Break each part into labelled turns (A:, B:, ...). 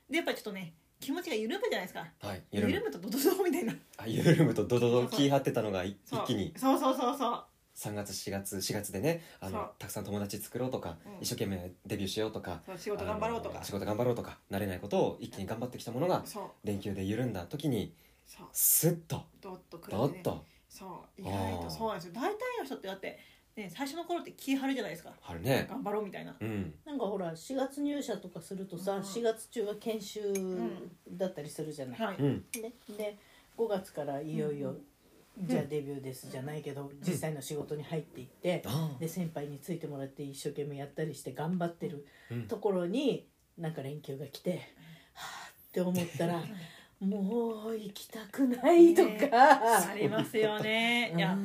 A: でやっぱりちょっとね気持ちが緩むじゃないですか
B: はい緩
A: 緩
B: む
A: むとドドドみたいな
B: あ緩むとドドド気張ってたのがい
A: そう
B: 一気に
A: そうそうそうそう
B: 3月4月4月でねあ
A: そ
B: の
A: う
B: たくさん友達作ろうとか、
A: うん
B: 一生懸命デビューしようとか
A: そう仕事頑張ろうと
B: あ
A: か
B: の仕事頑張ろうとか慣れないことを一気に頑張ってきたものが
A: そう
B: 連休で緩んだ時に
A: そう
B: スッと
A: ドッとくる
B: ド
A: んで
B: ッ
A: ね
B: と
A: そう意外
B: あー
A: とそうなんですよ大体の人ってだって、ね、最初の頃って気張るじゃないですか
B: あるね
A: 頑張ろうみたいな
B: うん、
C: なんかほら4月入社とかするとさ、
A: うん
C: 4月中は研修
A: ん
C: だったりするじゃない、
A: はいう
B: ん
C: ね、で5月からいよいよ、じゃあデビューですじゃないけど、実際の仕事に入っていって、
B: ああ
C: で先輩についてもらって一生懸命やったりして頑張ってる
B: うん
C: ところに、なんか連休が来てはあって思った らもう行きたくないとか、
A: ねありますよねいや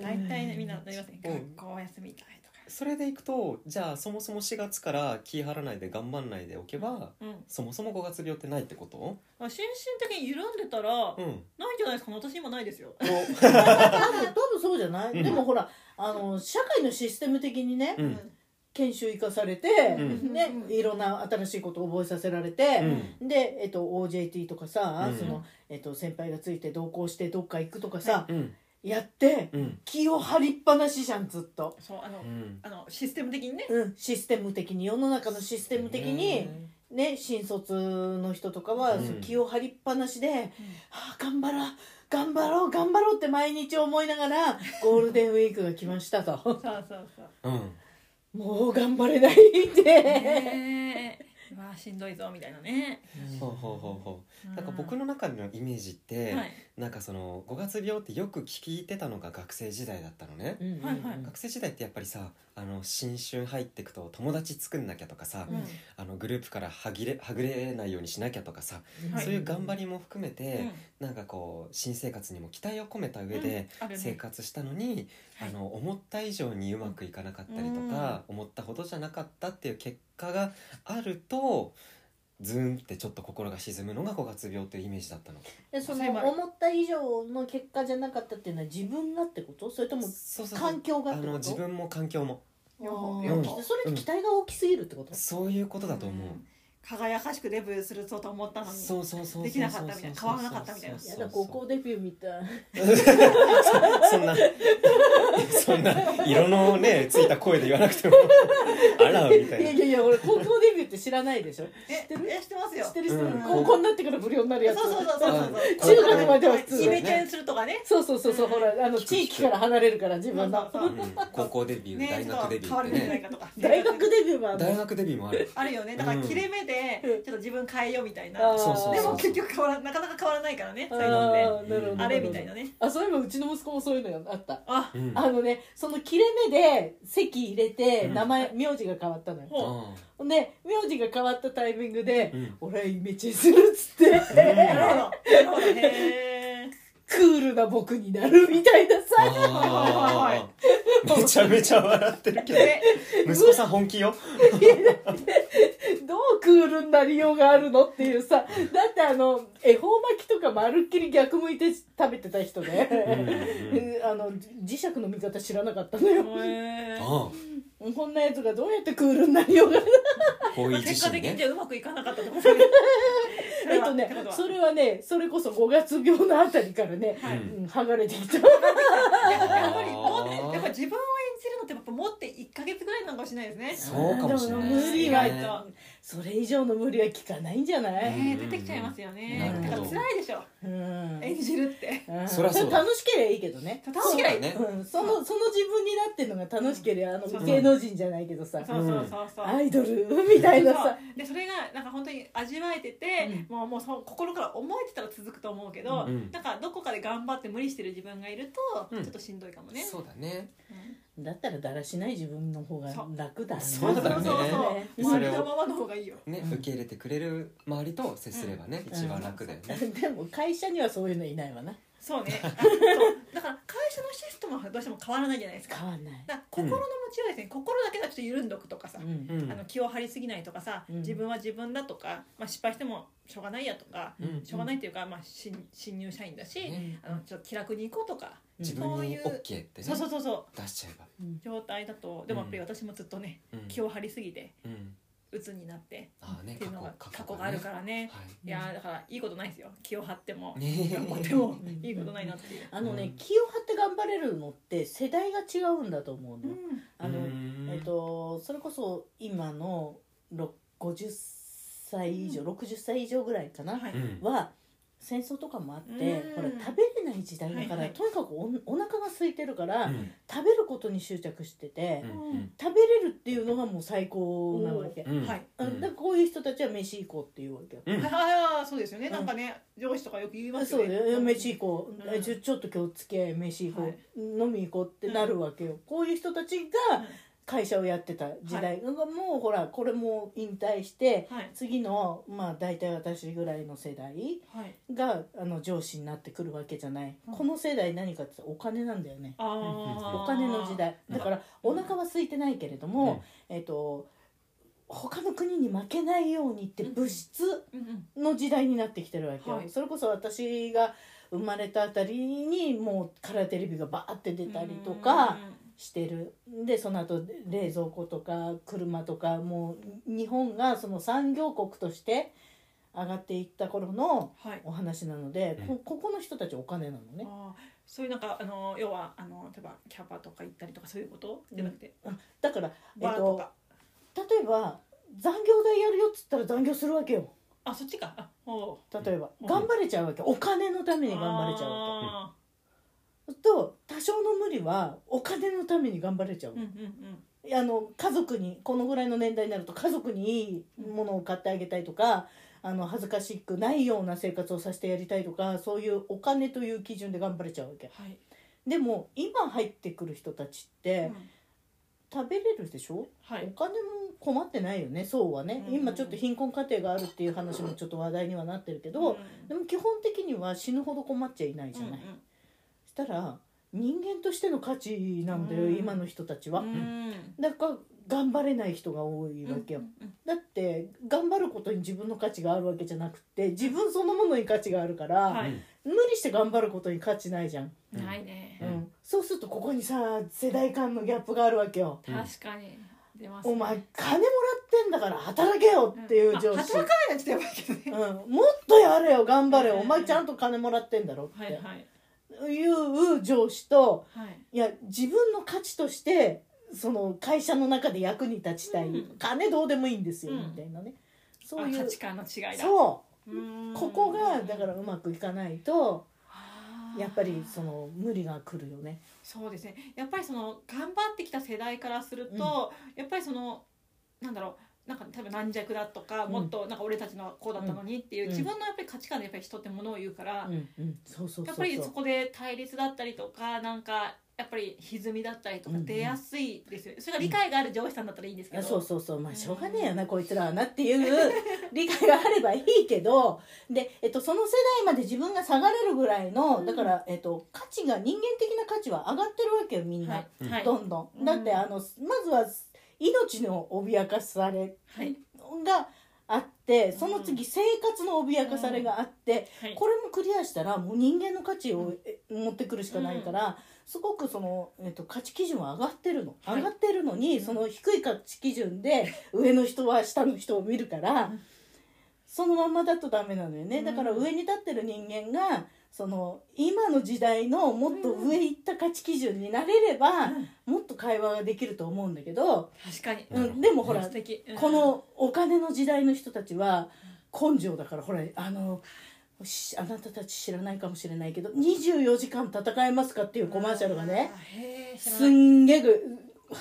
A: 大体ねみんななりません
B: うん
A: 学校お休みたいとか
B: それでいくとじゃあそもそも4月から気張らないで頑張んないでおけば
A: うん
B: そもそも5月病ってないってこと
A: まあ心身的に緩んでたら
B: うん
A: ないんじゃないですかね私今ないですよ
B: お
C: 多分多分そうじゃない、
B: うん
C: でもほらあの社会のシステム的にね、
B: う
A: うん
C: 研修行かされて、
B: ん
C: ね、いろんな新しいことを覚えさせられて、
B: うん
C: で、えっと、OJT とかさ、
B: うん
C: そのえっと、先輩がついて同行してどっか行くとかさ、
B: うん
C: やって
B: うん
C: 気を張りっぱなしじゃんずっと、
A: そうあの
B: うん
A: あのシステム的にね
C: うん、システム的に世の中のシステム的に、ね、新卒の人とかは、
B: うん
C: そう気を張りっぱなしで、はあ、頑張ろう頑張ろう頑張ろうって毎日思いながらゴールデンウィークが来ました と
A: そうそうそう
B: うん
C: もう頑張れないって
A: ねえまあしんどいぞみたいなね
B: ほうほうほうほ
A: う
B: うなんか僕の中のイメージって、
A: はい
B: なんかその5月病ってよく聞いてたのが学生時代だったのね、
C: うんうんうん
A: はいはい
B: 学生時代ってやっぱりさあの新春入ってくと友達作んなきゃとかさ、
A: うん
C: うん
B: あのグループからはぎれはぐれないようにしなきゃとかさ、
A: はい
B: そういう頑張りも含め
A: う
B: て
A: ん、
B: なんかこう新生活にも期待を込めた上で
A: うんあるね
B: 生活したのに、
A: は
B: あ
A: い
B: の思った以上にうまくいかなかったりとか、思ったほどじゃなかったっていう結果があるとズーンってちょっと心が沈むのが5月病っていうイメージだったの。
C: でそ
A: そういう場
C: の
A: 合
C: 思った以上の結果じゃなかったっていうのは自分がってことそれとも
B: そうそうそう
C: 環境が
B: あ
C: ってこ
B: の
C: と
B: 自分も環境も
C: あー
A: 両
B: 方
C: それって期待が大きすぎるってこと、
B: そういうことだと思う。
A: ん輝かしくデビューするぞと思ったのに
B: そうそうそうそう
A: できなかったみたいな変わらなかったみたいな
C: やだ高校デビューみたい
B: そんなそんな色のねついた声で言わなくてもあらみた
C: いや
B: い
C: い
B: な
C: やいや俺高校デビューって知らないでしょ
A: え
C: 知ってる
A: え知ってます
C: 知
A: よ
C: ってる人、
B: うん
C: 高校になってから不良になるや
A: そう
C: つ
A: そうそうそうそう
B: うん
C: 中学までは普
B: そう
C: 通
A: イ
B: だ
A: メ
B: よね
A: チェンするとかね
C: そうそうそうそうほらあの地域から離れるから自
A: そう
C: 分の
A: そうそ
B: う
A: う
B: ん高校デビュー、
A: ね
B: 大学デビュー
A: 変わ
B: っ
A: る
B: て
A: んじゃない
B: ね
A: かとか
C: 大学デビューは
B: 大学デビューもある
A: あるよねだから切れ目で
C: うん
A: ちょっと自分変えようみたいな、
C: あー
B: そうそう
A: で
B: そう
A: も結局変わらなかなか変わらないからね
C: あ
A: 最近ね
C: ーなるほど
A: あれみたいなね
C: あそういえばうちの息子もそういうのがあった
A: あ
B: うん
C: あのねその切れ目で籍入れて
B: うん
C: 名前名字が変わったのよ
A: ほう
C: ほんで名字が変わったタイミングで
B: うん
C: 「俺はイメチェンする」っつって
A: なるほどなるほどへー
C: クールな僕になるみたいなさ
B: あーめちゃめちゃ笑ってるけど
A: で
B: 息子さん本気よ
C: どうクールになりようがあるのっていうさだってあの恵方巻きとかまるっきり逆向いて食べてた人で、
B: うんうん
C: あの磁石の見方知らなかったのよ
A: へー
B: あ
C: こんなやつがどうやってクールになりようが
B: あこういう
A: 結
B: 自
A: 果
B: 身
A: 的に
B: ね
A: じゃあうまくいかなかったってことね
C: えっとね
A: てことは
C: それはねそれこそ5月病のあたりからね、
B: はい
C: うん剥がれてきた
A: いややっぱり持って
B: あー
A: やっぱ自分を演じるのってやっぱ持って一ヶ月ぐらいなのかもしれないですね。
B: そうかもしれないですね
C: 無理は
A: 意外と
C: それ以上の無理は効かないんじゃない、
A: ね出てきちゃいますよね。
C: うん
A: だから辛いでしょ。
C: うん
A: 演じるって。
C: うん
B: そりゃそうだ
C: 楽しければいいけどね
A: 楽しければいい
B: ね
C: うん、そのその自分になってるのが楽しければあの
A: そうそう
C: 芸能人じゃないけどさ
A: そうそうそうそう。
C: アイドル みたいな
A: そう
C: さ
A: でそれがなんか本当に味わえてて、もうもうそう心から思えてたら続くと思うけど、
B: うん
A: なんかどこかで頑張って無理してる自分がいると、
B: うん
A: ちょっとしんどいかもね。
B: そうだね
C: だったらだらしない自分の方が楽だな
B: そうだね
A: そうそう
B: で
A: そう。
B: そ
A: 周
B: れ
A: り
B: を
A: のままの方がいいよ。
B: ね受け入れてくれる周りと接すればね
C: うん
B: 一番楽だよね
C: でも会社にはそういうのいないわな
A: そ うね。あそうだから会社のシステムはどうしても変わらないじゃないですか。
C: 変わんない、
A: だから心の持ちようですね、心だけがちょっと緩んどくとかさ、
C: うん
B: う、ん
A: あの気を張りすぎないとかさ、
C: うん
A: 自分は自分だとか、まあ、失敗してもしょうがないやとか、
B: うん
A: しょうがないっていうか、まあ、新新入社員だし、
B: ね
A: あのちょっと気楽に行こうとか、
B: 自分に OK ってね
A: そうそうそうそう
B: 出しちゃえば
C: うん
A: 状態だとでもやっぱり私もずっとね、
B: うん
A: 気を張りすぎて
B: うん
A: 鬱になって
B: ああね
A: っていうのが
B: 過去
A: 過去があるからね、
B: はい
A: やーだからいいことないですよ気を張っても、
B: いね
A: 頑張っても
C: うん
A: いいことないなっていう。
C: あのね、
B: うん
C: 気を張って頑張れるのって世代が違うんだと思うのよ、あの、えっとそれこそ今のろ50歳以上、60歳以上ぐらいかな、
A: はい
B: うん
C: は戦争とかもあって、
A: うん
C: ほら食べれない時代だから、
A: はいはい
C: とにかくおお腹が空いてるから、
B: うん
C: 食べることに執着してて、
B: うん
C: 食べれるっていうのがもう最高なわけ、
B: うん
A: はい
B: うん
C: うんだからこういう人たちは飯行こうっていうわけよ、
B: うん
A: ああそうですよね、
C: うん
A: なんかね上司とかよく言います
C: そう
A: よ
C: だ
A: ね
C: よ、飯行こう、
A: うん
C: えちょちょっと今日付き合い飯行こう、
A: はい
C: 飲み行こうってなるわけよ、こういう人たちが会社をやってた時代、もうほらこれも引退して
A: はい
C: 次のまあ大体私ぐらいの世代
A: はい
C: があの上司になってくるわけじゃない、
A: うん
C: この世代何かって言ったらお金なんだよね
A: あー
C: お金の時代
B: うん
C: だからお腹は空いてないけれども、えっ、と他の国に負けないようにって物質、
A: うんうん
C: の時代になってきてるわけよ、
A: はい
C: それこそ私が生まれたあたりにもうカラーテレビがバーって出たりとかしてるでその後冷蔵庫とか車とかもう日本がその産業国として上がっていった頃の
A: うんはい
C: お話なので、
B: うん
C: こここの人たちお金なのね
A: あーそういうなんかあの要はあの例えばキャバとか行ったりとかそういうことじゃなくて
C: だから、えっ
A: バーと
C: と、
A: か
C: 例えば残業代やるよっつったら残業するわけよ
A: あそっちかあほう
C: 例えば
A: うん
C: 頑張れちゃうわけお金のために頑張れちゃうわけ
A: あ
C: と多少の無理はお金のために頑張れちゃう
A: ー、うんうん
C: あの家族にこのぐらいの年代になると家族にいいものを買ってあげたいとか、あの恥ずかしくないような生活をさせてやりたいとかそういうお金という基準で頑張れちゃうわけ
A: うんはい、
C: でも今入ってくる人たちって
A: うん
C: 食べれるでしょ、
A: は
C: お
A: い
C: 金も困ってないよねそうはね、
A: うん
C: 今ちょっと貧困家庭があるっていう話もちょっと話題にはなってるけど、
A: ん
C: でも基本的には死ぬほど困っちゃいないじゃない、したら人間としての価値なんだよ、
A: うん
C: 今の人たち
A: う
C: は、
A: んうん
C: だから頑張れない人が多いわけよ、
A: うん
C: だって頑張ることに自分の価値があるわけじゃなくて自分そのものに価値があるから、
A: は
B: うん
A: い
C: 無理して頑張ることに価値ないじゃん、
B: うん
A: ないね
C: うんそうするとここにさ世代間のギャップがあるわけよ
B: うん
A: 確かに出ます
C: お
A: ね
C: 前金もらってんなんだから働けよっていう上
A: まあ
C: 司、
A: 働かないやつでもいいけど
C: うん
A: ね、
C: もっとやれよ頑張れよ、
A: うん
C: お前ちゃんと金もらってんだろっ
A: はい
C: て
A: はい
C: いう上司と
A: はい
C: いや自分の価値としてその会社の中で役に立ちたい、
A: うん
C: 金どうでもいいんですよ、
A: うん
C: みたいなねそう
A: あ
C: い
A: 価
C: う
A: 値観の違いだ
C: そう
A: ーん
C: ここがだからうまくいかないと
A: あー
C: やっぱりその無理が来るよね。
A: そうですねやっぱりその頑張ってきた世代からすると、やっぱりそのなんだろうなんか多分軟弱だとか、
C: うん
A: もっとなんか俺たちのはこうだったのにっていう、
C: うん
A: 自分のやっぱり価値観でやっぱり人ってものを言うから、
C: うんうん、そうそうそ
A: や
C: う
A: っ
C: そ
A: ぱ
C: う
A: りそこで対立だったりとかなんかやっぱり歪みだったりとか
C: うんうん
A: 出やすいですよね、それが理解がある上司さんだったらいいんですけ
C: あ
A: ど、
C: そうそうそうまあしょうがねえよな、こいつらはなっていう 理解があればいいけどで、えっと、その世代まで自分が下がれるぐらいの、
A: うん
C: だから、えっと、価値が人間的な価値は上がってるわけよみんな、
A: はい、
B: うん
A: はい
C: どんど。
A: うんん
C: だってあのまずは命の脅かされ
A: はい
C: があってその次生活の脅かされがあって、
A: はい
C: これもクリアしたらもう人間の価値をえ持ってくるしかないから、すごくその、えっと価値基準は上がってるの、
A: はい
C: 上がってるのに、
A: うん
C: その低い価値基準で上の人は下の人を見るから、
A: うん
C: そのまんまだとダメなのよね、
A: うん
C: だから上に立ってる人間がその今の時代のもっと上行った価値基準になれれば、
A: うん
C: もっと会話ができると思うんだけど、
A: 確かに、
C: う
B: なるほ
C: ん、
B: ど
C: でもほら、
A: 素敵うん
C: このお金の時代の人たちは根性だからほらあのしあなたたち知らないかもしれないけど24時間戦えますかっていうコマーシャルがね
A: あーへー知ら
C: す
A: ない
C: んげえぐ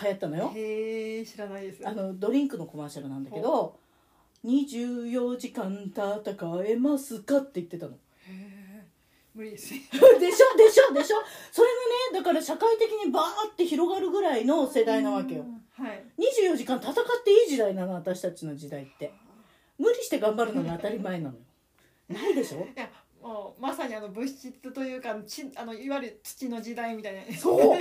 C: 流行ったのよ
A: へー知らないです
C: あのドリンクのコマーシャルなんだけど24時間戦えますかって言ってたの
A: へー無理ですね
C: でしょでしょでしょそれがねだから社会的にバーって広がるぐらいの世代なわけよ
A: うんはい
C: 24時間戦っていい時代なの私たちの時代って無理して頑張るのが当たり前なのよないでしょ
A: いやもうまさにあの物質というかちあのいわゆる土の時代みたいな
C: そう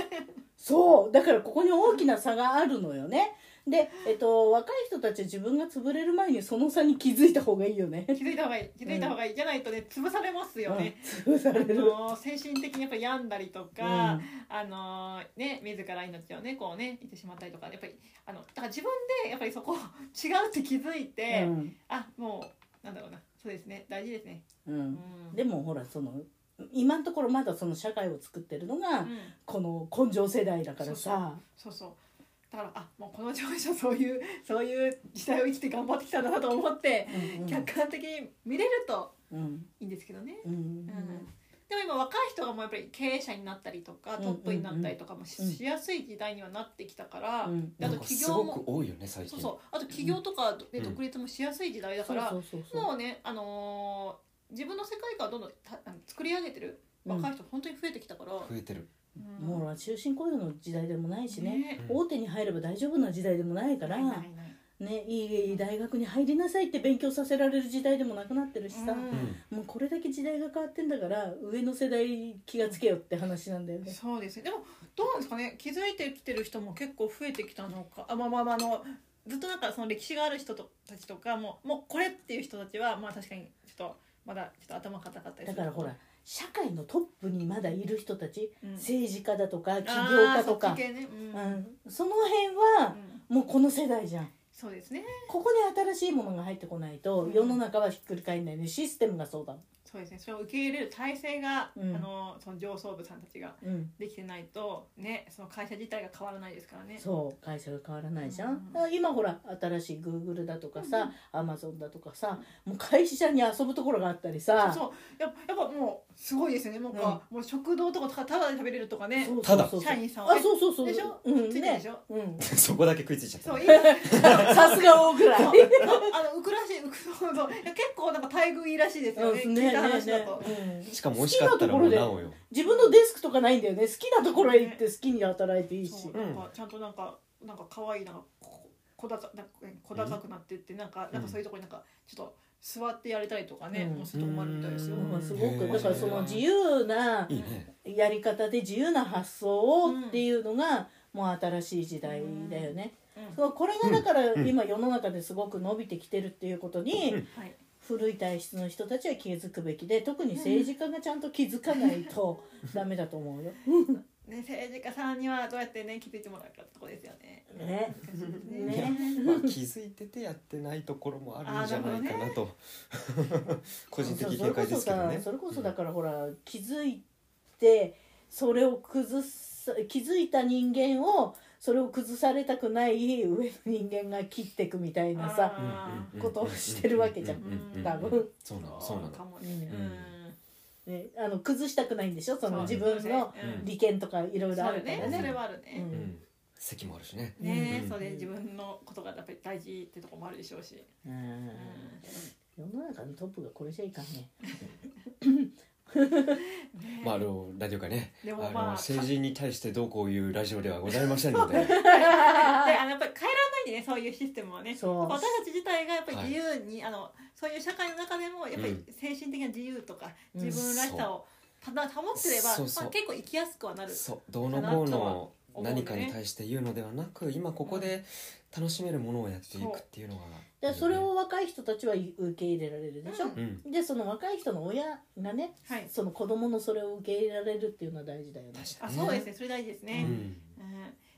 C: そうだからここに大きな差があるのよねで、えっと、若い人たちは自分が潰れる前にその差に気づいた方がいいよね
A: 気づいた方がいい気づいた方がいい、じゃないとね潰されますよね、
C: 潰され
A: あ
C: る、
A: の精神的にやっぱ病んだりと
C: う
A: か、
C: ん、
A: あのね自ら命をねこうね言ってしまったりとかやっぱりあのだから自分でやっぱりそこ違うって気づいて、
C: うん
A: あもうなんだろうなそうですね大事ですね、
C: う、
A: うんん、
C: でもほらその今のところまだその社会を作ってるのが、
A: うん
C: この根性世代だからさ
A: そうそうだからあもうこの上司はそういう そういう時代を生きて頑張ってきたんだなと思って、
C: うんうん
A: 客観的に見れると
C: うん
A: いいんですけどね、
C: うん
A: うんでも今若い人がもうやっぱり経営者になったりとか
C: うん
A: トップになったりとかもし,、
C: うんうん
A: やすい時代にはなってきたから、
C: うんうん
A: で
B: な
A: あと
B: んか
A: 企
B: す
A: 業
B: ご
A: も
B: く多いよね最近
A: そうそうあと企業とかで
B: うん
A: 独立もしやすい時代だから、
C: そうそうそうそう
A: もうね、あのー自分の世界観をどんどんたあの作り上げてる若い人本当に増えてきたから、
B: 増えてる
A: うん
C: もうほら終身雇用の時代でもないしね
A: ね
B: うん
C: 大手に入れば大丈夫な時代でもないから、
A: ないないない
C: ね、いい大学に入りなさいって勉強させられる時代でもなくなってるしさ、
A: うん
C: もうこれだけ時代が変わってんだから上の世代気がつけよって話なんだよね。
A: そうですね。でもどうなんですかね。気づいてきてる人も結構増えてきたのか。あまあまあまああのずっとなんかその歴史がある人とたちとかもうもうこれっていう人たちはまあ確かにちょっとまだちょっと頭固かったり
C: だ
A: す
C: か
A: る。
C: らほら社会のトップにまだいる人たち、
A: うん、
C: 政治家だとか起業
A: あ
C: 家
A: ー
C: と
A: そ
C: か
A: っち、系ねうん
C: う
A: うん
C: ん、その辺はもうこの世代じゃん
A: そうですね。
C: ここに新しいものが入ってこないと
A: うん
C: 世の中はひっくり返んないねシステムがそうだもん、
A: そうですね。それを受け入れる体制が、
C: うん
A: あのその上層部さんたちが
C: うん、
A: できてないとね、その会社自体が変わらないですからね。
C: そう会社が変わらないじゃん、
A: うん
C: だから今ほら新しいグーグルだとか
A: うんう
C: さ、アマゾンだとかさもう会社に遊ぶところがあったりさ
A: そうやっぱやっぱもうすごいですよね。もうか、もう食堂とかただで食べれるとかね。
C: そう
B: ただ
C: そうそう
A: 社員さんは
C: あ
A: ね
C: そうそうそう
A: でしょ
C: うん
A: ついてるでしょ
C: ねう ん
B: そこだけ食いついちゃった
A: そういい
C: さすが大倉
A: ああのウクライナウクそうそういや結構なんか待遇いいらしいですよね。
C: うん
A: 聞いた話だと。
C: うん
B: しかも美味しかったらもうなおよ
C: 自分のデスクとかないんだよね好きなところへ行って好きに働いていいし
A: そう
B: うん
A: なんかちゃんとなんかなんか可愛いなんかこ小高なんか小高くなってってなんか
B: ん
A: なんかそういうところになんかちょっと座ってやれたりとかね、
C: うん
A: もうそういうとこもあるみたいですよ。
B: うん
C: うんすご
B: へ
C: く
B: ー
C: だからその自由ない
B: いね
C: やり方で自由な発想をっていうのがもう新しい時代だよね
A: うん
C: そうこれがだから
B: うん
C: 今世の中ですごく伸びてきてるっていうことに
B: うん
A: はい。
C: 古い体質の人たちは気づくべきで特に政治家がちゃんと気づかないとダメだと思うよ。
A: ね政治家さんにはどうやってね気づいてもらうかってとこですよね。
C: ねね
B: まあ、気づいててやってないところもあるんじゃないかなと 個人的見解ですけどね。
C: それこそさそれこそだからほら、気づいてそれを崩す気づいた人間をそれを崩されたくない上の人間が切っていくみたいなさ
B: うんうんうん
C: ことをしてるわけじゃん
B: ううう
C: 多分、
B: そうなのそうなの
A: かも
C: う
A: ね
C: んね、あの崩したくないんでしょその
A: そう
C: 自分の
B: うん
C: 利権とかいろ
A: そ
C: いろある
A: う
C: から
A: ね
C: ね
A: それはあるね
C: うん
B: うん席もあるしね。
A: ね
B: うん
A: それ自分のことがやっぱり大事ってとこもあるでしょうし
C: うん
A: うん
C: 世の中のトップがこれじゃいかんね
A: ね
B: まあ、あのラジオがね、
A: で
B: あ
A: も
B: の
A: まあ
B: 政治に対してどうこういうラジオではございませんので、
A: であのやっぱり変えられないんでねそういうシステムはね
C: そう
A: 私たち自体がやっぱり自由に、あのそういう社会の中でもやっぱり
B: う
A: 精神的な自由とか、
C: うん
A: 自分らしさをただ保ってれば、
B: そうそう
A: まあ、結構生きやすくはな る
B: そうどうのこうの
A: 思うね
B: 何かに対して言うのではなく、今ここで楽しめるものをやっていくっていうのが、
C: でそれを若い人たちは受け入れられるでしょ、
A: うん
B: うん、
C: でその若い人の親がね
A: はい
C: その子供のそれを受け入れられるっていうのは大事だよね
B: 確か
A: あ
B: に
A: そうですねそれ大事です
B: う
A: ね、
B: ん、
A: うん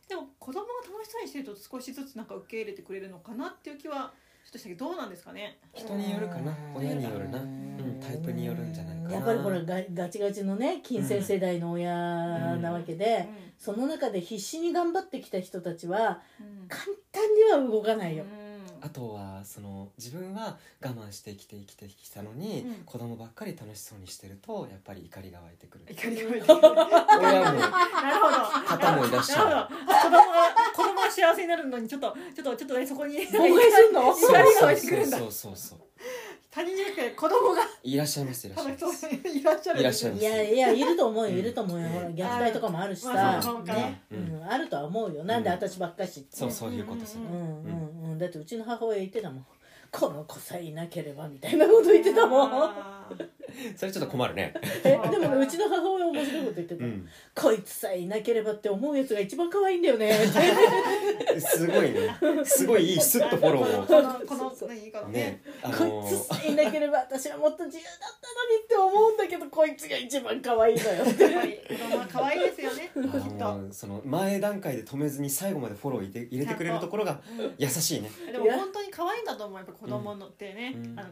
A: でも子供が楽しそうにしてると少しずつなんか受け入れてくれるのかなっていう気はちょっとしたけどどうなんですかね
B: 人によるかな親によるな、
C: う
B: うんん、タイプによるんじゃないかな。
C: やっぱりほらガガチガチのね金銭世代の親なわけで、
A: うん
C: その中で必死に頑張ってきた人たちは
A: うん
C: 簡単には動かないよ
A: う、ん
B: あとはその自分は我慢して生きて生きてきたのに、
A: うん
B: 子供ばっかり楽しそうにしてるとやっぱり怒りが湧いてくる
A: 怒りが湧いてくる
B: 親も
A: なるほど
B: 方もいらっしゃる
A: なるほど子供が子供が幸せになるのにちょっとちょっとちょっとねそこに
C: 妨害すんの
A: 怒りが湧いてく
B: そう
A: るんだ
B: そうそうそう
A: 他人じゃなくて子供が
B: いらっしゃいますいらっしゃい
A: 楽
B: ま
A: し
B: す
A: そうにいらっしゃる
B: いらっしゃる
C: いやいやいると思うよ
B: うん
C: いると思うよ、ほら虐待とかもあるしさ、
A: まあそうか
C: ね、
B: う
C: うんんあるとは思うよなんで私ばっかしって
B: そうそういうことそう
C: う
B: い
C: ん
B: う
C: う
B: こと
C: んうんだってうちの母親言ってたもんこの子さえいなければみたいなこと言ってたも ん
A: あー
B: それちょっと困るね
C: えでもねうちの母親面白いこと言ってた、
B: うん
C: こいつさえいなければって思うやつが一番可愛いんだよねって
B: すごいねすごいいいスッとフォロー
A: このこの
C: そうそう
A: 何この
B: をねあ
C: こ
B: の
C: いつさえいなければ私はもっと自由だったのにって思うんだけどこいつが一番可愛いのよ
A: やっぱり子供は可愛いですよねき
B: あ
A: っと
B: のその前段階で止めずに最後までフォロー入れ入れてくれるところが優しいね
A: でも本当に可愛いんだと思うやっぱ子供のってね、
B: うん
A: あの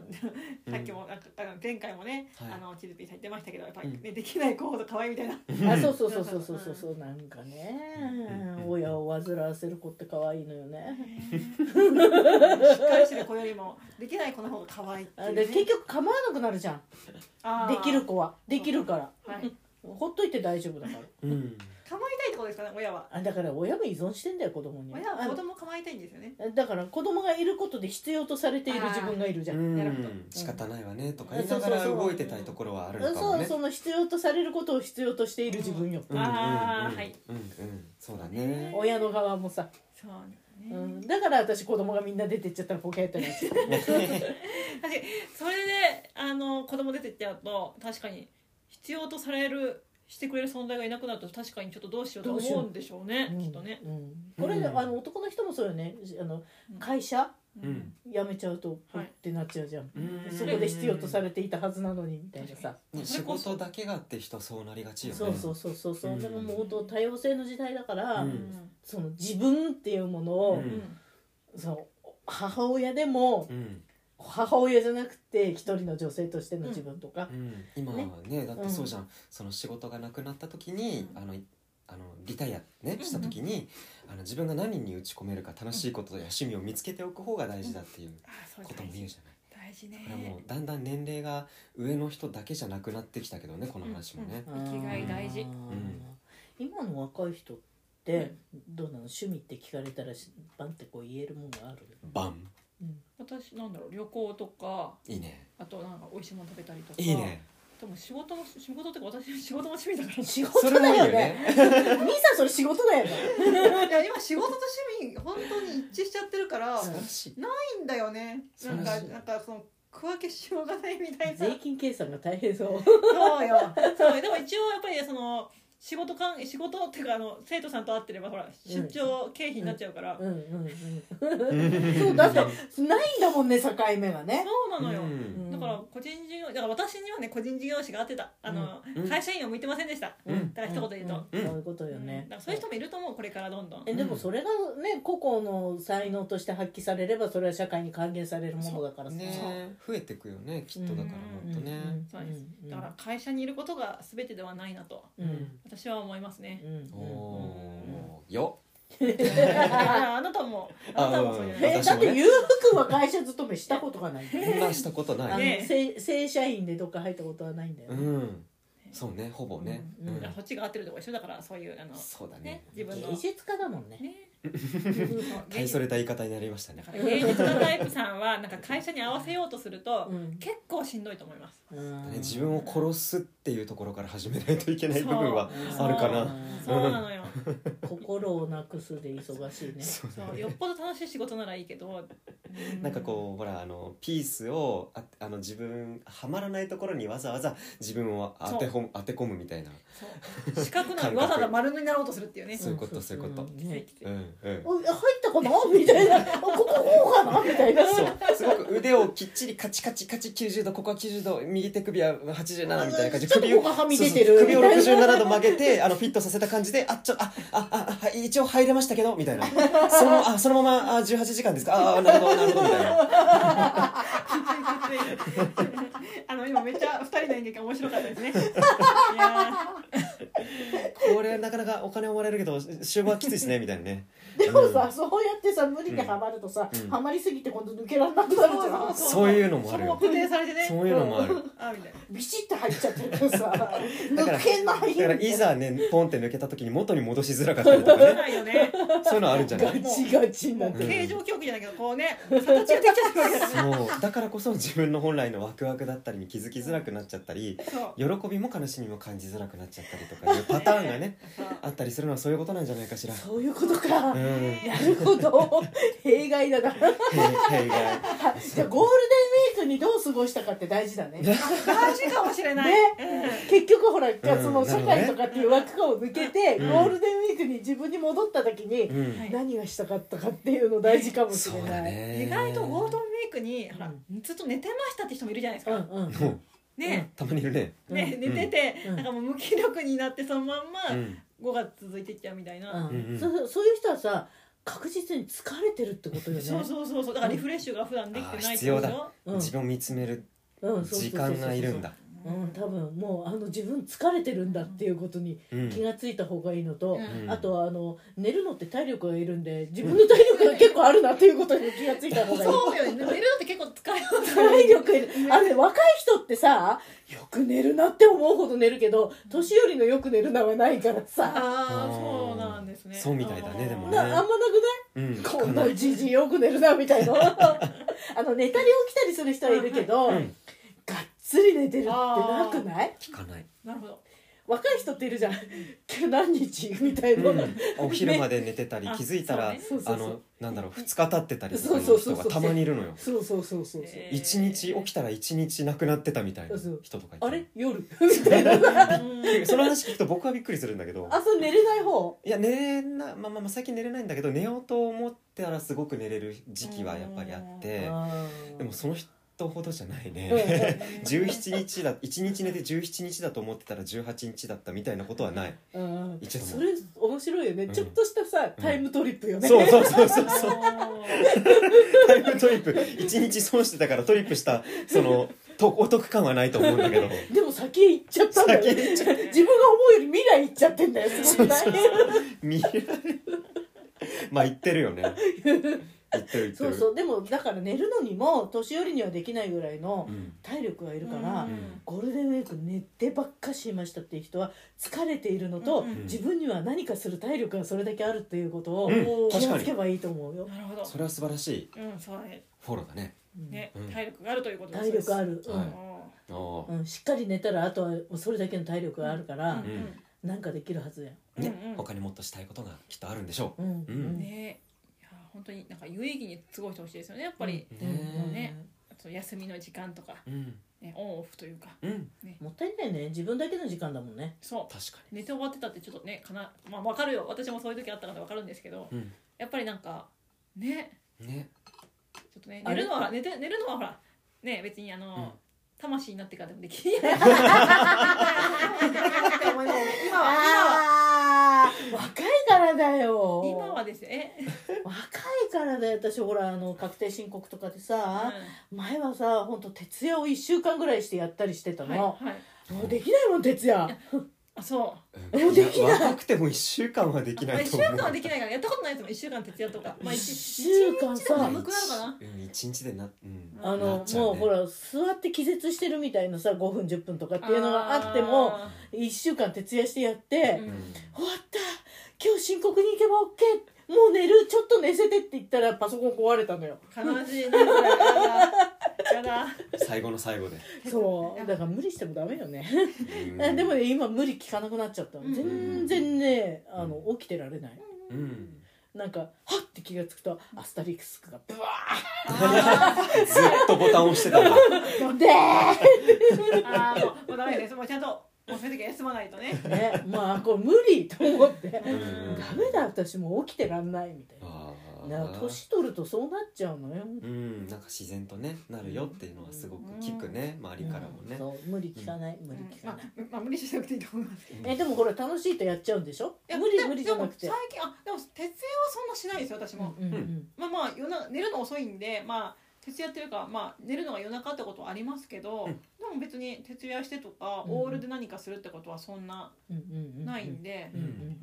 A: さっきもなんかあの前回もね、
B: はい
A: あのチズピーさん言ってましたけどやっぱり、ねできない子ほど可愛い みたいな
C: あそうそうそうそうそうそうそうなんかね親を煩わせる子って可愛いのよね
A: しっかりしてる子よりもできない子の方が可愛いってい
C: あ
A: う、
C: で
A: ね、
C: 結局構わなくなるじゃん
A: あー
C: できる子はできるから
A: はい
C: ほっといて大丈夫だから
B: うん
A: 構いたいってことですかね親は
C: あだから親も依存してんだよ子供に
A: 親は
C: あ
A: 子供構いたいんですよね
C: だから子供がいることで必要とされている自分がいるじ
B: う
C: ゃん
A: なるほど
B: ん仕方ないわねとか言いながら
C: そうそうそう
B: 動いてたいところはあるのかも
C: そう
B: ね
C: その必要とされることを必要としている自分よ、
B: うんうんうん
A: あーはい
B: うんうんそうだね
C: 親の側もさ、
A: そう
C: う
A: ね、
C: ん、だから私子供がみんな出てっちゃったらポケットになっち ゃう
A: 確かにそれであの子供出てっちゃうと確かに必要とされるしてくれる存在がいなくなると確かにちょっとどうしようと
C: どうしよ
A: 思
C: う
A: うんでしょうねきっとね、
C: うんうんこれね、
B: うん
C: あの男の人もそうよねあの
A: うん
C: 会社
B: うんうん
C: 辞めちゃうとポ
A: は
C: ッ
A: い
C: てなっちゃうじゃん、
B: うん
C: そこで必要とされていたはずなのにみたいなさ、
B: ね仕事だけがって人そうなりがちよね
C: そうそうそうそうそう、
B: うん
C: でももう本当多様性の時代だから、
B: うん
C: その自分っていうものを
B: う、ん
C: その母親でも
B: うん
C: 母親じゃなくて一人の女性としての自分とか
B: う、ん今はねだってそうじゃんその仕事がなくなった時に
A: うん
B: あのいあのリタイアねした時にあの自分が何に打ち込めるか楽しいことや趣味を見つけておく方が大事だっていう
A: あそう
B: ことも言うじゃない
A: 大事
B: これはも
A: ね
B: うだんだん年齢が上の人だけじゃなくなってきたけどねこの話もね
A: うん生きがい大事
C: あー今の若い人ってどうなの趣味って聞かれたらしバンってこう言えるものある、
B: バン
C: うん
A: 私なんだろう旅行とか
B: いいね
A: あとなんか美味しいもの食べたりとか
B: いいね
A: でも仕事も仕事ってか私仕事も趣味だから
C: 仕
B: そ
C: 事
B: れ
C: だ
B: もいい
C: よ
B: よ
C: ね
B: ね
C: 兄さんそれ仕事だよね
A: いや今仕事と趣味本当に一致しちゃってるから
B: 素
A: な
B: 晴らしい
A: いんだよねなん
B: 素晴
A: か
B: らしい
A: なんかその区分けしようがないみたいな
C: 税金計算が大変そう
A: そうよそうでも一応やっぱりその仕事関仕事っていうかあの生徒さんと会ってればほら出張経費になっちゃうから、
C: うんうん
B: うん
C: そうだってないんだもんね境目がね
A: そうなのよ、
B: うん
A: だから個人事業だから私にはね個人事業主が合ってたあの、
B: うん
A: 会社員は向いてませんでした、
B: うん
A: だから一言言うと、
C: んそういうことよね
A: だからそういう人もいると思うこれからどんどん
C: えでもそれがね個々の才能として発揮されればそれは社会に還元されるものだからさ
B: ね増えてくよねきっとだからもっとね
A: そうですだから会社にいることが全てではないなと
C: うんうん
A: 私は思いますね
C: うんうん
B: おおーよ
A: いやあなたもあなたもそうじゃない
C: え
B: 私
C: だ
B: も
C: っ
B: ね
C: て裕福は会社勤めしたことがないんだ
B: そ
C: よ
B: んなしたこと
C: あ
B: な
C: の
B: い
A: ね
C: 正正社員でどっか入ったことはないんだよ
B: う
C: ね
B: んそうねほぼね
C: うん
B: うん
A: いやそっちが合ってるとこ一緒だからそういうあの
B: そうだね
A: ね自分の
C: 芸術家だもんね
A: ね
B: 大それた言い方になりましたね
A: だから芸術家タイプさんはなんか会社に合わせようとすると
C: うん
A: 結構しんどいと思います
C: うん
B: ね自分を殺すっていうところから始めないといけない部分はあるかな
C: そう
A: そうなのよ
C: 心をなくすで忙しいね
B: そう
A: そうよっぽど楽しい仕事ならいいけどう
B: なんかこうほらあのピースをああの自分はまらないところにわざわざ自分を当てほ当て込むみたいな
A: そう四角なのにわざわざ丸になろうとするっていうね
B: そういうことそういうこと
C: ん
A: きつい
C: ね
A: きつい
B: うんうん
C: お入ったかなみたいなあこここうかなみたいな
B: そうすごく腕をきっちりカチカチカチ90度ここは90度右手首は87みたいな感じ
C: ちょっと
B: 首を
C: ここがはみ出
B: そう
C: て
B: そう
C: る
B: 首を67度曲げてあのフィットさせた感じであちょああああ一応入れましたけどみたいなそのあそのままあ18時間ですかああなるほどなるほどみたいな
A: あの今めっちゃ二人の演劇面白かったですね。 いや
B: これなかなかお金をもらえるけど終盤はきついですねみたいなね
C: でもさ、そうやってさ無理にハマるとさ、
B: うん
C: ハマりすぎて今度抜けられなくなるじゃん、
A: ー
B: そういうのもある
A: そ
B: よ
A: こ固定されてね。
B: そういうのもある
A: あみたいな。
C: ビシッて入っちゃってるからさ
B: だから
C: 抜けない
B: だからいざねポンって抜けた時に元に戻しづらかったりとか
A: 出
B: ね
A: ないよね。
B: そういうのあるんじゃな
C: ガ
B: い
C: チガチにな
A: も
C: っ
A: う
C: てる
A: 形状記憶じゃないけどこうね形ができちゃってるわけだからね。
B: そうだからこそ自分の本来のワクワクだったりに気づきづらくなっちゃったり
A: そう。
B: 喜びも悲しみも感じづらくなっちゃったりとかいうパターンが ね
A: そう
B: あったりするのはそういうことなんじゃないかしら。
C: そういうことか、
B: うん、へ
C: なるほど弊 害だな
B: へいがい
C: じゃあゴールデンウィークにどう過ごしたかって大事だねね
A: 大事かもしれない。
C: 結局ほら、
B: ん
C: その社会とかっていう枠を抜けて、
B: うん
C: ゴールデンウィークに自分に戻った時に、
B: うん
A: はい
C: 何がしたかったかっていうの大事かもし
B: そ
C: れ
B: うだ
C: ない、
B: ね
A: 意外とゴールデンウィークにほら
C: う
A: ずっと寝てましたって人もいるじゃないです
C: うん
A: か。
C: うん
B: もう
A: ね。
B: たまにいるね、
C: うん
A: ね、
B: うん
A: 寝てて、
C: うん
A: なんかもう無気力になってそのまんま
B: うん、
A: 5月続いていっちゃうみたいな、
C: うん
B: うんうん
C: そうそういう人はさ確実に疲れてるってことよね
A: そうそうそうそうだからリフレッシュが普段できてない
B: あー
A: って
B: 必要
A: こ
B: だ
A: と
C: うん
B: 自分を見つめる
C: うんそうそうそうそう
B: 時間がいるんだ
C: うん多分もうあの自分疲れてるんだっていうことに
B: うん
C: 気がついた方がいいのと、
A: うん
C: あとはあの寝るのって体力がいるんで自分の体力が結構あるなっていうことに気がついた方がいい。
A: そうよね。寝るのって結構疲れますよね
C: 体力いるあれね若い人ってさよく寝るなって思うほど寝るけど年寄りのよく寝るなはないからさ
A: あ
B: あ
A: あ、
B: ー
A: そうなんですね。
B: そうみたいだねでもね
C: なあんまなく
B: うん
C: ないこん
B: か
C: な
B: な
C: じじいよく寝るなみた いなあの寝たり起きたりする人はいるけど、
B: うん
C: がっつり寝てるってなくない
B: 聞か ない、
A: なるほど。
C: 若い人っているじゃん今日何日みたいうな、
B: ん、お昼まで寝てたり
A: ね
B: 気づいたら、
A: あ
C: そうね
B: あのなんだろう2日経ってたりとかい
C: そう
B: 人
C: うそうそう
B: が
C: そう
B: たまにいるのよ
C: そうそうそうそうそう、
A: えー
B: 一日起きたら一日なくなってたみたいな
C: そうそう
B: 人とかいて
C: あれ夜 みたいな
A: うん
B: その話聞くと僕はびっくりするんだけど
C: あそう寝れない方
B: いや寝れな、まあ、まあまあ最近寝れないんだけど寝ようと思ったらすごく寝れる時期はやっぱりあってでもその人ほどじゃないね 17日だ1日寝て17日だと思ってたら18日だったみたいなことはない
C: うん
B: 一度も
C: それ面白いよね、
B: うん
C: ちょっとしたさタイムトリップよね、
B: そうそうそうそう そう
A: あ
B: タイムトリップ1日損してたからトリップしたそのとお得感はないと思うんだけど
C: でも先へ行っちゃったんだよね
B: 先へ行っ
C: 自
B: ち
C: 分が思うより未来行っちゃってんだよすごくない
B: 未来まあ言ってるよね言ってる言ってる
C: そうそうでもだから寝るのにも年寄りにはできないぐらいの
B: うん
C: 体力がい
A: ー
C: るから、
A: うん
C: ゴールデンウィーク寝てばっかしいましたっていう人は疲れているのと、
A: うんうん
C: 自分には何かする体力がそれだけあるっていうことを
B: うん
C: 気
B: 確か
C: がつ
B: に
C: けばいいと思うよ、
A: なるほど。
B: それは素晴らしい
A: うん、そうだね。
B: フォローだね
A: ね
B: うん、
A: 体力があるということ
C: 体力あ
A: る。
C: る、うん
B: は
A: お
B: いあー
C: うん、しっかり寝たらあとはそれだけの体力があるから、
A: ー
C: なんかできるはずやん、
A: うん
B: ね、
A: うん
B: 他にもっとしたいことがきっとあるんでしょ
C: うん
B: う
C: うんん
A: ね。いや、本当になんか有意義に過ごしてほしいですよね。やっぱり。
B: う。
C: うん
A: ねその休みの時間とか、
B: うん
A: ね、オンオフというか
B: うん
C: もったいないね自分だけの時間だもん ね
A: そう
B: 確か
A: 寝て終わってたってちょっとねかなまあわかるよ私もそういう時あったからわかるんですけど
B: にうん
A: やっぱりなんかね
B: ね
A: ちょっとね
C: あ
A: 寝
C: れ
A: るのは寝て寝るのはほらね別にあの、
B: うん
A: 魂になってからでも できる 今は
C: ああ若いからだよ
A: 今は今はですねえ、
C: 若いからだよ私ほらあの確定申告とかでさ、前はさ本当徹夜を1週間ぐらいしてやったりしてた
A: うん
C: の、
A: はい、はい、
C: もうできないもん徹夜
A: あそう
B: うん
C: できない
B: 若くても1週間はできない
A: 一
B: と
A: 週
B: 思う
A: 間はできないからやったことないですもん一週間徹夜とか、まあ、
C: 一
A: 一
C: 週間
A: 一日で
C: さ
A: も眠くなるかな
B: うん一日でなうん
C: あ
B: な
C: の
B: っちゃうね
C: もうほら座って気絶してるみたいなさ5分10分とかっていうのがあっても
A: あ
C: 1週間徹夜してやって、
A: ー、うん
C: 終わった今日申告に行けば OK もう寝るちょっと寝せてって言ったらパソコン壊れたのよ
A: 悲しいなそれやだやだ
B: 最後の最後 で
C: そうだから無理してもダメよね
B: うん
C: でもね今無理聞かなくなっちゃったの
A: うん
C: 全然ねあの
B: う
C: 起きてられない
B: うん
C: なんかはって気がつくとアスタリクスがブワ
A: あ
B: ずっとボタン押してた の
C: ーでー
A: ーあーもうもうダメですもうちゃんともうそういう時は休まないとね
C: ねまあこれ無理と思ってダ
A: うん
C: メだ私もう起きてらんないみたいな
B: あー
C: なんか年取るとそうなっちゃうのよ
B: うんなんか自然とねなるよっていうのはすごく聞くね周りからも
C: うん
B: ね
C: そう無理聞かない無理聞
A: ま
C: か
A: あ
C: ない、
A: まあ、無理しなくていいと思います
B: うん
C: えでもほら楽しいとやっちゃうんでしょ
A: いや
C: 無理
A: でも
C: 無理じゃなくて
A: でも最近あでも徹夜はそんなしないですよ私も、
C: うんうん
A: まあまあ夜な寝るの遅いんでまあ徹夜っていうか、まあ、寝るのが夜中ってことはありますけど、
B: うん
A: でも別に徹夜してとか、
C: うん
A: オールで何かするってことはそんな
C: うんうんうんうん
A: ないんで
C: う、んうん
A: うん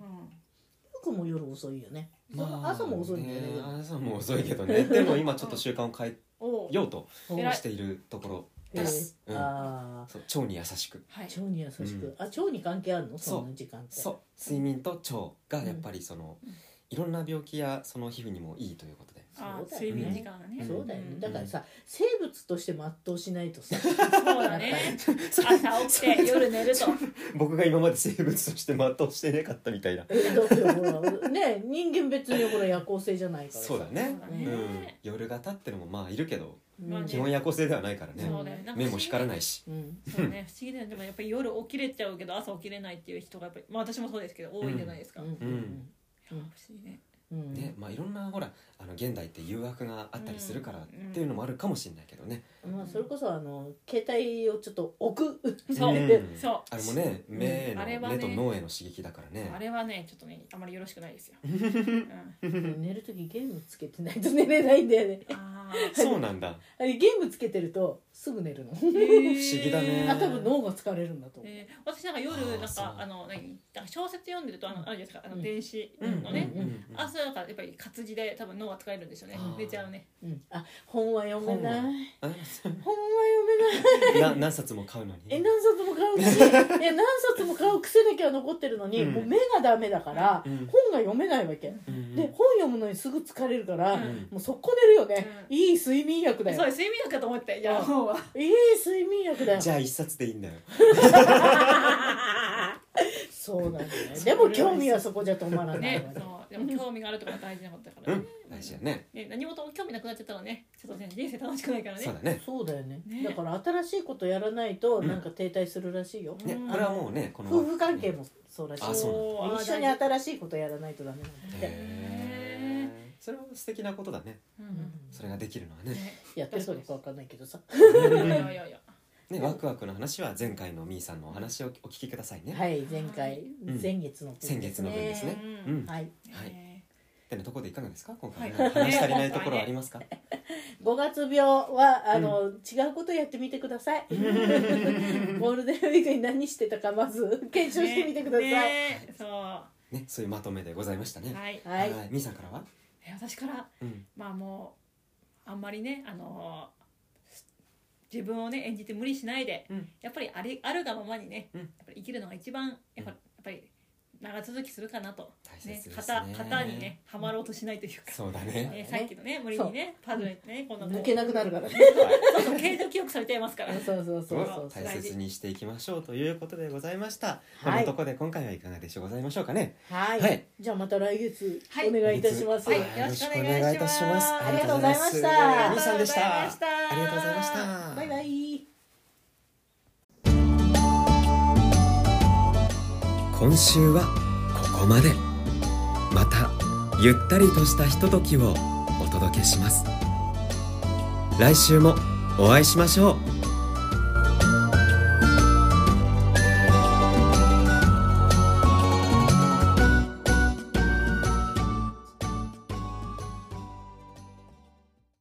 C: 僕も夜遅いよね、
B: まあ
C: 朝も遅いんだよね
B: ね朝も遅いけどねでも今ちょっと習慣を変え
A: を
B: ようと
C: うん
A: 偉い
B: しているところ
C: え
B: です、
C: ー
B: うん、
C: ああ
B: そう腸に優しく
A: はい、
C: 腸に優しく、
B: うん
C: あ腸に関係あるの
B: そう
C: そんな時間って
B: そう睡眠と腸がやっぱりその、
A: うん
B: いろんな病気やその皮膚にもいいということで
A: あ
C: そうだよね
A: 睡眠時間がね、
C: そうだよね、
A: ん
C: だからさ生物として全うしないとさ
A: そうだね朝起きて夜寝ると
B: 僕が今まで生物として全うしてなかったみたいな
C: えだってほらね人間別にほら夜行性じゃないからさ
B: そうだね
A: そう
B: う
A: だね
B: ん、夜型ってのもまあいるけど
C: うん
A: まあね
B: 基本夜行性ではないからね
A: そうだよね
B: 目も光ら
A: い
B: ないし
C: うん
A: そうね不思議だよねでもやっぱり夜起きれちゃうけど朝起きれないっていう人がやっぱりまあ私もそうですけど多いんじゃないですか、
C: う
A: いや
C: んうん
A: 不思議ね
C: うん
B: ねまあいろんなほらあの現代って誘惑があったりするからっ
A: うん
B: ていうのもあるかもしれないけどね、
C: まあそれこそあの携帯をちょっと置く
A: そう、
B: うん
A: そ
B: あれもね
C: ん
B: 目の、
A: あれは
B: 目
A: ね
B: と脳への刺激だから
A: う、
B: ね
A: あれはねちょっとねあまりよろしくないですよ、うん、
C: 寝る時ゲームつけてないと寝れないんだよね
A: あ
B: そうなんだ
C: あれゲームつけてるとすぐ寝るの
A: 不
B: 思議だね
C: あ多分脳が疲れるんだと思う、
A: えー、私なんか夜なん
B: あーそう
A: かあの何なんか小説読んでるとあのあるじゃないですかあ
C: う
A: の
C: ん
A: 電子
B: うん
A: のね、
B: うんうんうん
A: あそうだからやっぱり活字で多分脳が使えるんでしょうね
B: あー
A: 寝ちゃうね
C: うん、あ本は読めない
B: 本
C: 本は
B: あ
C: 読めない
B: な何冊も買うのに
C: え何冊も買 うしいや何冊も買う癖だけは残ってるのに、
B: うん
C: もう目がダメだから、
B: うん
C: 本が読めないわけ、
B: うんうん
C: で本読むのにすぐ疲れるから、
A: うん
C: もう速攻寝るよね、
A: うん
C: いい睡眠薬だ
A: そう
C: よ
A: 睡眠薬かと思ってじゃあ
C: うん
A: 脳はい
C: い睡眠薬だよ
B: じゃあ一冊でいいんだよ
C: そうなんだよねでも興味はそこじゃ止まらない
A: ね
C: わけ、
A: そうでも興味があるとか大事なことだか
B: う
A: らね
B: ん大事だね
A: ね何事も興味なくなっちゃったらねちょっとね人生楽しくないからね
B: そうだね
C: そうだよね
A: ね
C: だから新しいことやらないとなんか停滞するらしいよ、
B: ね
A: うん
B: これはもうねこの
C: 夫婦関係もそうらしい
B: あそう
A: なんだ
C: 一緒に新しいことやらないとダメなんだって、
B: へーそれは素敵なことだね
A: うん
B: それができるのは
A: う ん
B: ね
A: ね
C: やってるかどうかわかんないけどさ
A: いやいやいや
B: ねワクワクの話は前回のみーさんのお話をお聞きくださいね、
C: はい前回、
B: うん
C: 前月の分
B: 先月の分ですね
A: う
B: うんん
C: はい
B: はい
A: ね
B: てのところでいかがですか今回、
A: はい
B: 話し足りないところはありますか、
C: 5月病はあの、違うことやってみてください ゴールデンウィークに何してたかまず検証してみてください、
A: ねそうは
B: ね、そういうまとめでございましたね、
A: い
C: はい、
B: はいみーさんからは、
A: え私から
B: うん、
A: まあもうあんまりねあの自分をね演じて無理しないで、
B: うん
A: やっぱりありあるがままにね、
B: うん
A: やっぱり生きるのが一番
B: う
A: やっぱ,、
B: ん
A: やっぱり長続きするかなと
B: 確大切で
A: ね
B: すね
A: 型型にねはまろうとしないというか
B: そうだね
A: ね、さっきのね森にねパズルにねこの
C: 抜けなくなる
A: か
C: からね
A: そうそう継続記憶されてますから
C: そうそうそうそう
B: 大切にしていきましょうということでございました、
C: はい
B: このとこで今回はいかがでしょうございましょうかね
C: はい、
B: はい
C: じゃあまた来月
A: はい
C: お願いいたします、
A: はい
B: は
A: よろしくお願いいたします
B: よろくお願いいた
C: ありがとうございました
B: ありがとうございますみーさんでした
A: あり
B: ありが
A: がとうございました
B: とうございました
C: バイバイ
B: 今週はここまでまたゆったりとしたひとときをお届けします来週もお会いしましょう